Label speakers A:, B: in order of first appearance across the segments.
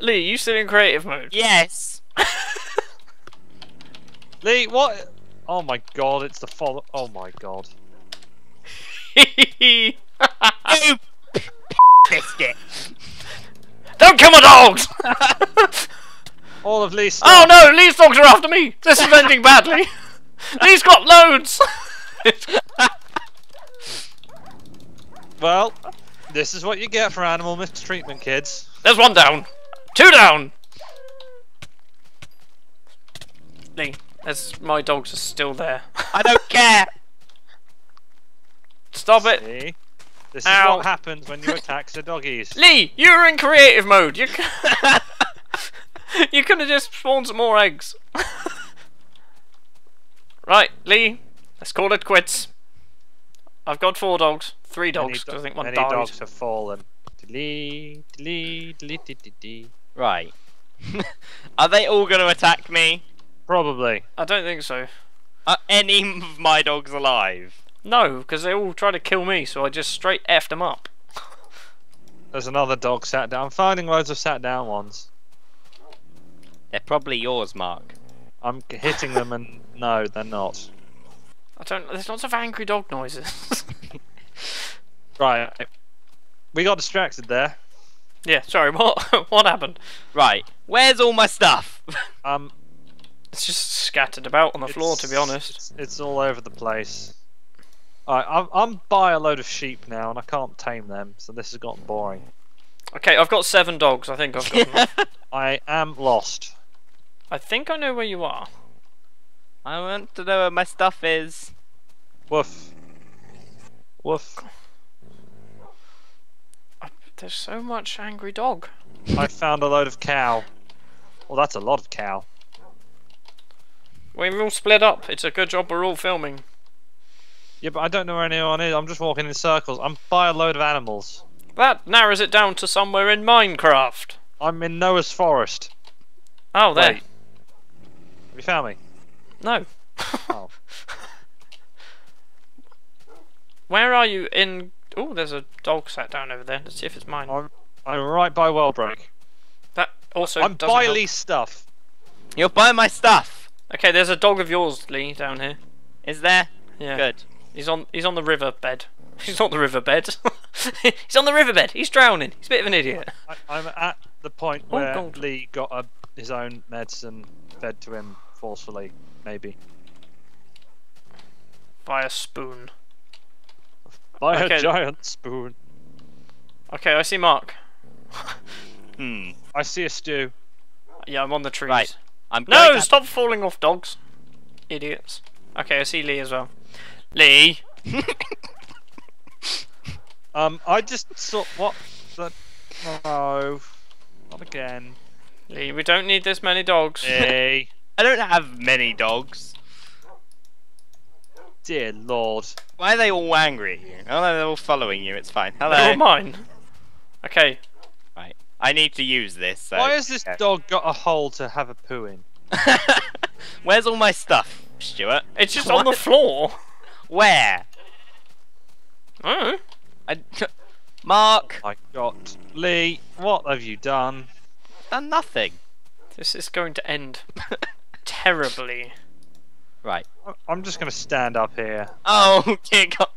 A: Lee, you still in creative mode?
B: Yes.
C: Lee, what? Oh my god, it's the follow. Oh my god.
B: You biscuit.
A: Don't kill my dogs!
C: All of Lee's
A: oh
C: stuff.
A: no, Lee's dogs are after me! This is ending badly! Lee's got loads!
C: Well, this is what you get for animal mistreatment, kids.
A: There's one down! Two down! Lee, there's, my dogs are still there.
B: I don't care.
A: Stop it!
C: See? This
A: Ow.
C: is what happens when you attack the doggies.
A: Lee, you were in creative mode! You, c- you could have just spawned some more eggs. right, Lee, let's call it quits. I've got four dogs. Three dogs, 'cause I think one
C: many
A: died.
C: dogs have fallen. Dee, dee, dee, dee, dee, dee.
B: Right. Are they all going to attack me?
C: Probably.
A: I don't think so.
B: Are any of my dogs alive?
A: No, because they all try to kill me, so I just straight effed them up.
C: There's another dog sat down. I'm finding loads of sat down ones.
B: They're probably yours, Mark.
C: I'm g- hitting them and no, they're not.
A: I don't. There's lots of angry dog noises.
C: Right. We got distracted there.
A: yeah, sorry. What what happened?
B: Right. Where's all my stuff?
C: Um,
A: It's just scattered about on the floor, to be
C: it's-
A: honest.
C: It's, it's all over the place. Alright, I'm, I'm by a load of sheep now and I can't tame them, so this has gotten boring.
A: Okay, I've got seven dogs. I think I've got. enough.
C: I am lost.
A: I think I know where you are.
B: I want to know where my stuff is.
C: Woof. Woof.
A: I, there's so much angry dog.
C: I found a load of cow. Well, that's a lot of cow.
A: We're all split up. It's a good job we're all filming.
C: Yeah, but I don't know where anyone is. I'm just walking in circles. I'm by a load of animals.
A: That narrows it down to somewhere in Minecraft.
C: I'm in Noah's forest.
A: Oh, there.
C: Wait. Have you found me?
A: No.
C: Oh.
A: Where are you in? Oh, there's a dog sat down over there. Let's see if it's mine.
C: I'm, I'm right by Wellbrook.
A: That also
C: I'm
A: doesn't
C: by
A: help.
C: Lee's stuff.
B: You'll buy my stuff.
A: Okay, there's a dog of yours, Lee, down here.
B: Is there?
A: Yeah.
B: Good.
A: He's on. He's on the riverbed. He's not the riverbed. he's on the riverbed. He's drowning. He's a bit of an idiot.
C: I, I'm at the point
A: Oh,
C: where
A: gold.
C: Lee got a, his own medicine fed to him forcefully, maybe.
A: By a spoon.
C: By
A: Okay.
C: a giant spoon.
A: Okay, I see Mark.
B: Hmm.
C: I see a stew.
A: Yeah, I'm on the trees.
B: Right. I'm
A: No,
B: going to-
A: stop falling off, dogs. Idiots. Okay, I see Lee as well. Lee.
C: Um, I just saw what the no, not again.
A: Lee, we don't need this many dogs.
C: Hey,
B: I don't have many dogs.
C: dear lord.
B: Why are they all angry at you? Oh no, they're all following you. It's fine.
A: They're all
B: Hello.
A: mine. Okay.
B: Right. I need to use this. So.
C: Why has this
B: Okay.
C: dog got a hole to have a poo in?
B: Where's all my stuff, Stuart?
A: It's just on
B: What?
A: the floor.
B: Where?
A: Oh.
B: I... Mark,
C: I got Lee. What have you done?
B: done nothing.
A: This is going to end terribly.
B: Right.
C: I- I'm just gonna stand up here.
B: Oh, dear God.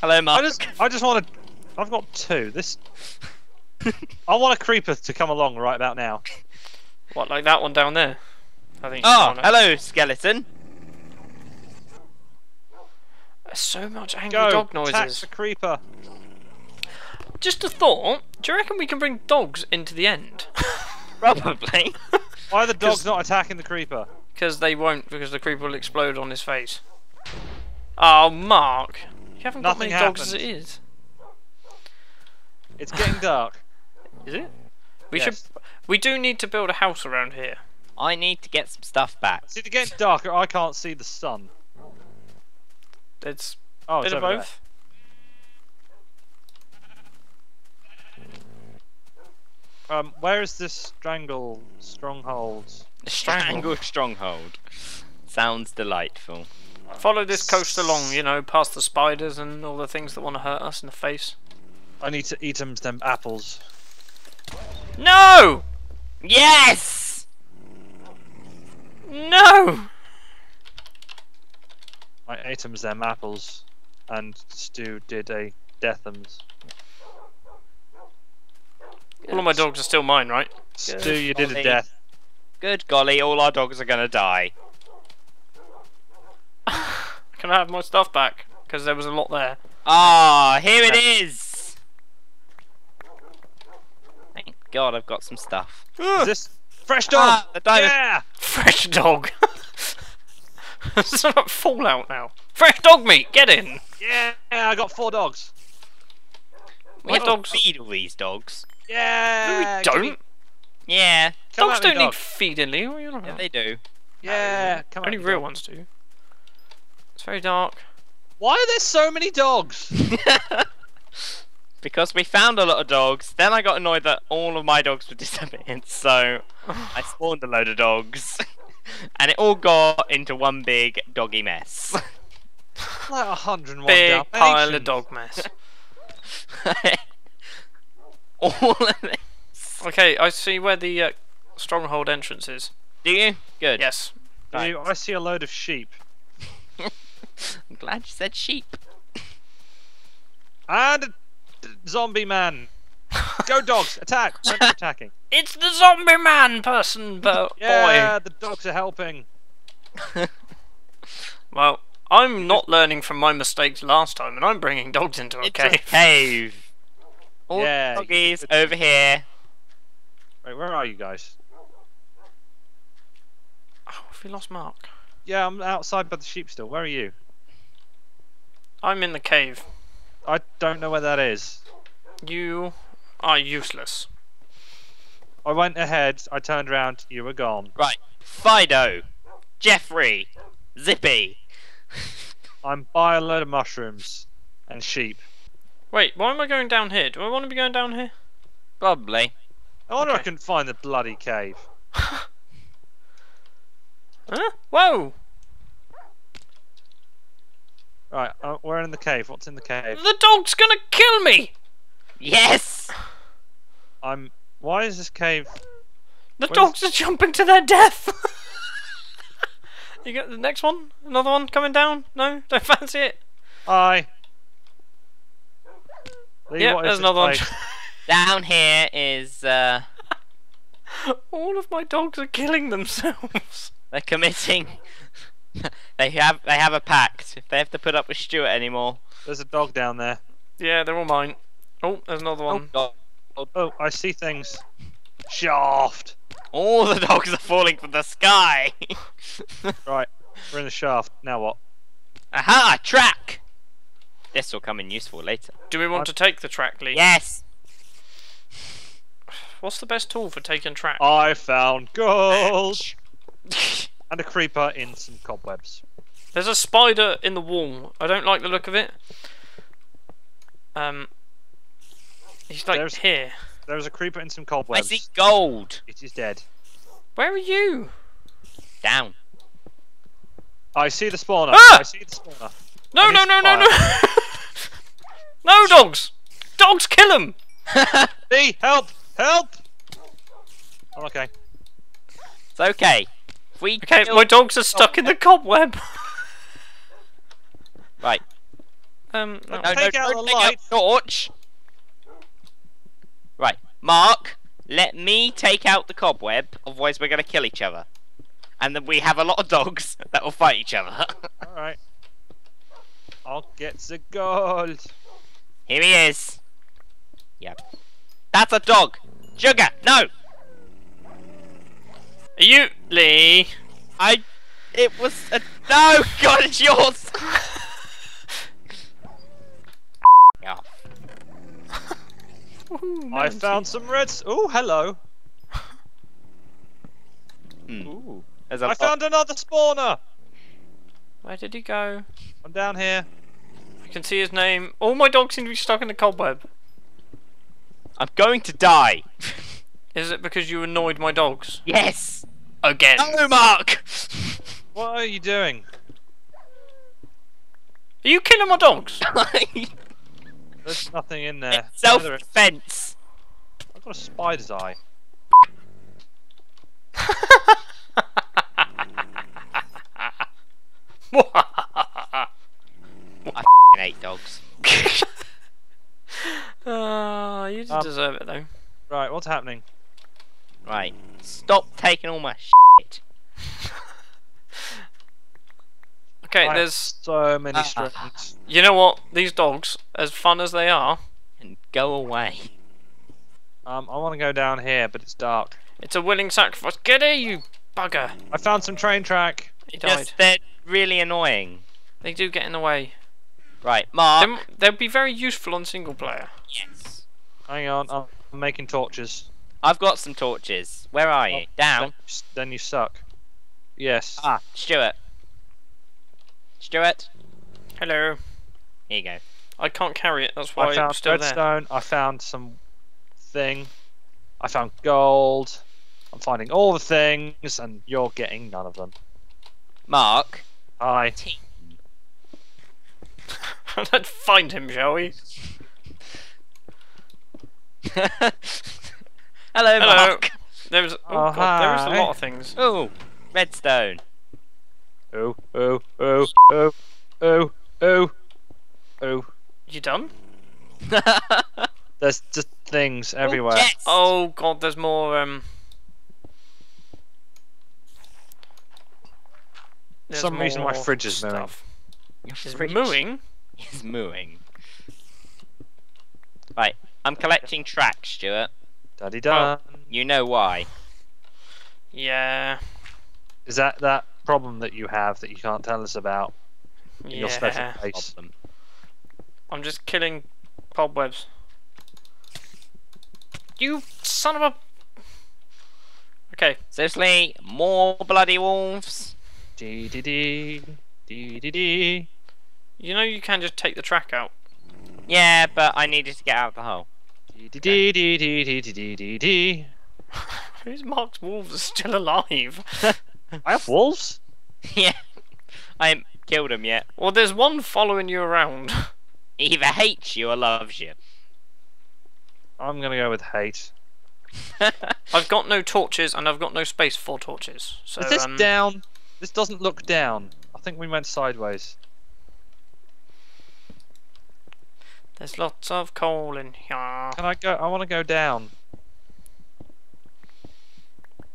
B: Hello, Mark.
C: I just, I just want to. I've got two. This. I want a creeper to come along right about now.
A: What, like that one down there? I think.
B: Oh,
A: no.
B: hello, skeleton.
A: There's so much angry
C: Go.
A: dog
C: attack
A: noises.
C: the creeper.
A: Just a thought. Do you reckon we can bring dogs into the end?
B: Probably.
C: Why are the dogs not attacking the creeper?
A: Because they won't, because the creeper will explode on his face. Oh, Mark. You haven't got
C: Nothing
A: many dogs as it
C: happened.
A: is.
C: It's getting dark.
A: Is it? We
C: Yes.
A: should. We do need to build a house around here.
B: I need to get some stuff back.
C: See, it's getting darker. I can't see the sun.
A: It's
C: Oh,
A: a bit
C: it's
A: of
C: over
A: both.
C: there. Um, where is this strangle stronghold?
B: Strangled stronghold. Sounds delightful.
A: Follow this coast along, you know, past the spiders and all the things that want to hurt us in the face.
C: I need to eat them them apples.
A: No!
B: Yes!
A: No!
C: I ate them them apples, and Stu did a deathums.
A: All of my dogs are still mine, right?
C: Stu, you did a
B: golly.
C: death.
B: Good golly, all our dogs are gonna die.
A: Can I have my stuff back? Because there was a lot there.
B: Ah, here it is! Thank God I've got some stuff.
C: Is this fresh dog?
B: Ah, a diamond.
C: Yeah.
A: Fresh dog. it's not Fallout now. Fresh dog meat, get in.
C: Yeah, I got four dogs.
A: My
B: we have
A: dogs.
B: to feed all these dogs.
C: Yeah.
A: we
C: Uh, give
A: don't.
C: me-
B: Yeah,
C: come
A: dogs
C: at me,
A: don't
C: dog.
A: need feeding, Lee. What are you on
B: yeah
A: about?
B: they do.
C: Yeah, come at
A: Only
C: me,
A: real
C: dog.
A: ones do. It's very dark.
C: Why are there so many dogs?
B: because we found a lot of dogs. Then I got annoyed that all of my dogs were disappeared, so I spawned a load of dogs, and it all got into one big doggy mess.
C: like 101
A: Big pile of
C: Dalmatians.
A: dog mess.
B: all of this.
A: okay, I see where the uh, stronghold entrance is.
B: Do you? Good.
A: Yes.
C: Stu, I see a load of sheep.
B: I'm glad you said sheep.
C: And a d- zombie man. Go dogs, attack! Don't keep attacking.
A: It's the zombie man person, but
C: Yeah, the dogs are helping.
A: boy. Well, I'm not learning from my mistakes last time, and I'm bringing dogs into a
B: It's
A: cave.
B: a cave. All the
C: Yeah, you
B: doggies
C: could-
B: over here.
C: Wait, where are you guys?
A: Oh, have we lost Mark?
C: Yeah, I'm outside by the sheep still. Where are you?
A: I'm in the cave.
C: I don't know where that is.
A: You are useless.
C: I went ahead, I turned around, you were gone.
B: Right. Fido, Jeffrey, Zippy.
C: I'm by a load of mushrooms and sheep.
A: Wait, why am I going down here? Do I want to be going down here?
B: Probably.
C: I wonder I
A: Okay.
C: couldn't find the bloody cave.
A: Huh? Whoa!
C: Right, uh, we're in the cave. What's in the cave?
A: The dog's gonna kill me!
B: Yes.
C: I'm. Why is this cave?
A: The
C: Where's-
A: dogs are jumping to their death! you got the next one? Another one coming down? No? Don't fancy it?
C: Hi. Lee,
A: yeah,
C: what is
A: there's
C: this
A: another one.
C: place?
B: Down here is uh,
A: All of my dogs are killing themselves.
B: they're committing. they have they have a pact. If they have to put up with Stuart anymore.
C: There's a dog down there.
A: Yeah, they're all mine. Oh, there's another one.
B: God.
C: Oh, I see things. Shaft.
B: All the dogs are falling from the sky.
C: Right, we're in the shaft. Now what?
B: Aha! Track. This will come in useful later.
A: Do we want
C: What?
A: to take the track, Lee?
B: Yes.
A: What's the best tool for taking track?
C: I found gold and a creeper in some cobwebs.
A: There's a spider in the wall. I don't like the look of it. Um, he's like
C: There's-
A: here.
C: There is a creeper in some
B: I
C: cobwebs.
B: see gold.
C: It is dead.
A: Where are you?
B: Down.
C: I see the spawner.
A: Ah!
C: I see the spawner.
A: No,
C: I
A: no,
C: need
A: no,
C: to
A: no, no! no dogs! Dogs kill him!
B: it's
C: Lee, help! Help! I'm okay.
B: okay. If we
A: Okay,
B: kill-
A: my dogs are stuck in the cobweb.
B: right.
A: um, no.
B: No,
C: Take
B: no,
C: out
B: no,
C: the
B: take
C: light.
B: out torch. Right, Mark, let me take out the cobweb, otherwise we're gonna kill each other. And then we have a lot of dogs that will fight each other.
C: Alright. I'll get the gold.
B: Here he is. Yep. That's a dog. Sugar, no.
A: Are you Lee?
B: I. It was a. No, God, it's yours. yeah.
C: I found some reds. Ooh, hello.
B: Ooh. There's a
C: I
B: lot-
C: found another spawner.
A: Where did he go?
C: I'm down here.
A: I can see his name. All my dogs seem to be stuck in the cobweb.
B: I'm going to die.
A: Is it because you annoyed my dogs
B: yes.
A: again?
B: No, Mark.
C: What are you doing?
A: Are you killing my dogs?
C: There's nothing in there.
B: Self
C: Neither-
B: defense.
C: I've got a spider's eye.
B: I hate dogs.
A: Ah, you did
C: Um,
A: deserve it though.
C: Right, what's happening?
B: Right. Stop taking all my shit.
A: Okay,
C: I have
A: there's.
C: so many
B: Ah.
C: strands.
A: You know what? These dogs, as fun as they are,
B: And go away.
C: Um, I want to go down here, but it's dark.
A: it's a willing sacrifice. Get here, you bugger!
C: I found some train track.
A: He died.
B: Yes, they're really annoying.
A: They do get in the way.
B: Right,
C: Uh,
B: Mark.
A: Them- They'll be very useful on single player.
B: Yes.
C: Hang on, I'm I'm making torches.
B: I've got some torches. Where are you?
C: Oh, Then,
B: Down.
C: you s- then you suck. Yes.
B: Ah, Stuart. Stuart.
A: Hello.
B: Here you go.
A: I can't carry it. That's why
C: I
A: I'm
C: found
A: still there.
C: redstone. I found some thing. I found gold. I'm finding all the things, and you're getting none of them.
B: Mark.
C: Hi.
B: Team.
A: Let's find him, shall we?
B: Hello,
A: Hello.
B: Mark.
A: There's oh
C: Oh,
A: god, there is
C: hi.
A: a lot of things.
B: Oh, redstone.
C: Oh, oh, oh, oh, oh, oh, oh.
A: You done?
C: There's just things everywhere.
B: Yes.
A: Oh god, there's more. Um. there's
C: some reason my
A: more
C: fridge is moving.
A: stuff. Is mooing?
B: He's mooing. Right, I'm collecting tracks, Stuart.
C: Daddy done.
B: You know why.
A: Yeah.
C: Is that that problem that you have that you can't tell us about in your special
A: Yeah.
C: place?
B: Problem.
A: I'm just killing cobwebs. You son of a. Okay.
B: Seriously, more bloody wolves.
C: Dee dee dee. Dee dee dee.
A: You know you can just take the track out.
B: Yeah, but I needed to get out of the hole.
C: Dee dee dee dee dee dee dee dee dee.
A: Who's Mark's wolves are still alive?
C: I have wolves?
B: yeah, I haven't killed him yet.
A: well, there's one following you around.
B: He either hates you or loves you.
C: I'm gonna go with hate.
A: I've got no torches and I've got no space for torches. So
C: Is this
A: um,
C: down? This doesn't look down. I think we went sideways.
A: there's lots of coal in here.
B: Oh,
C: Can I go? I want to go down.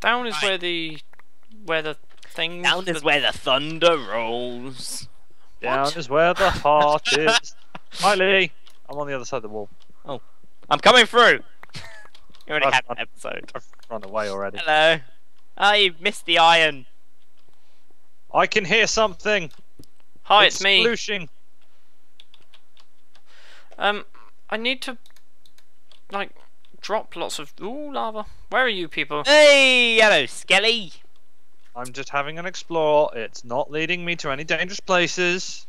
A: Down is
B: Right.
A: where the where the things.
B: Down is
A: that-
B: where the thunder rolls.
C: Down
A: What?
C: is where the heart is. Hi, Lee. I'm on the other side of the wall.
B: I'm coming through. You already
C: I've-
B: had an episode.
C: I've run away already.
B: Hello. Oh, you missed the iron.
C: I can hear something.
A: Hi, it's, me.
C: Splooshing.
A: Um, I need to like drop lots of ooh lava. Where are you people?
B: Uh, Hey, hello, Skelly.
C: I'm just having an explore. It's not leading me to any dangerous places.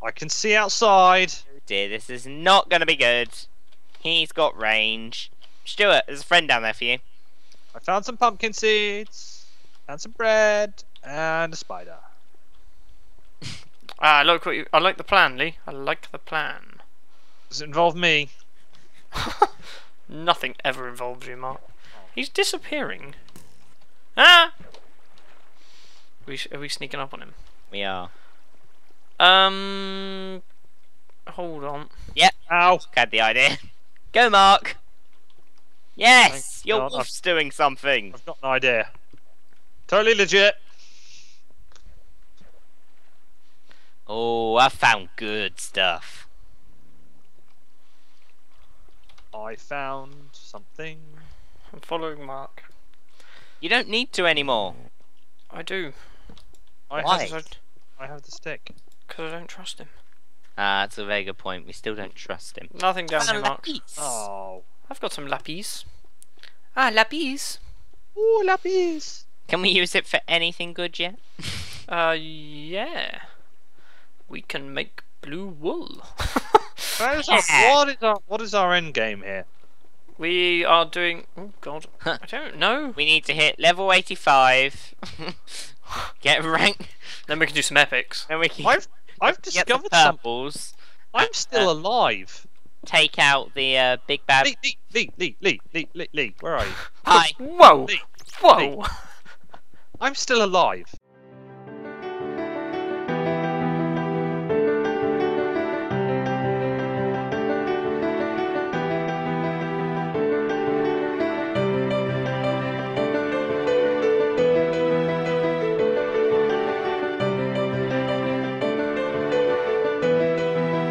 C: I can see outside.
B: Oh dear, this is not going to be good. He's got range. Stuart, there's a friend down there for you.
C: I found some pumpkin seeds and some bread and a spider.
A: Ah, look what you. I like the plan, Lee. I like the plan.
C: Does it involve me?
A: Nothing ever involves you, Mark. He's disappearing. Ah! We sh- are we sneaking up on him?
B: We are.
A: Um, hold on.
C: Ow!
B: Had the idea. Go, Mark. Yes,
C: Thank
B: your
C: God,
B: wolf's doing something.
C: I've got an idea. Totally legit.
B: Oh, I found good stuff.
C: I found something.
A: I'm following Mark.
B: You don't need to anymore.
A: I do
C: I
B: Why?
C: have, I have the stick.
A: because I don't trust him.
B: Ah, that's a very good point. We still don't trust him.
A: Nothing down here, Mark. Ah.
B: Lapis.
C: Oh.
A: I've got some lapis. Ah, lapis.
C: Ooh, lapis.
B: Can we use it for anything good yet?
A: Uh, yeah. We can make blue wool.
C: What is, our,
B: Yeah.
C: what, is our, what is our end game here?
A: we are doing. Oh God, I don't know.
B: We need to hit level 85, get rank,
A: Then we can do some epics.
B: and we can
C: I've I've
B: get the
C: discovered something.
B: purples,
C: I'm still alive.
B: Take out the uh, big bad.
C: uh, Lee, Lee, Lee, Lee, Lee, Lee, Lee, Lee, where are you?
B: Hi.
A: Whoa!
C: Lee,
A: Whoa!
C: I'm still alive.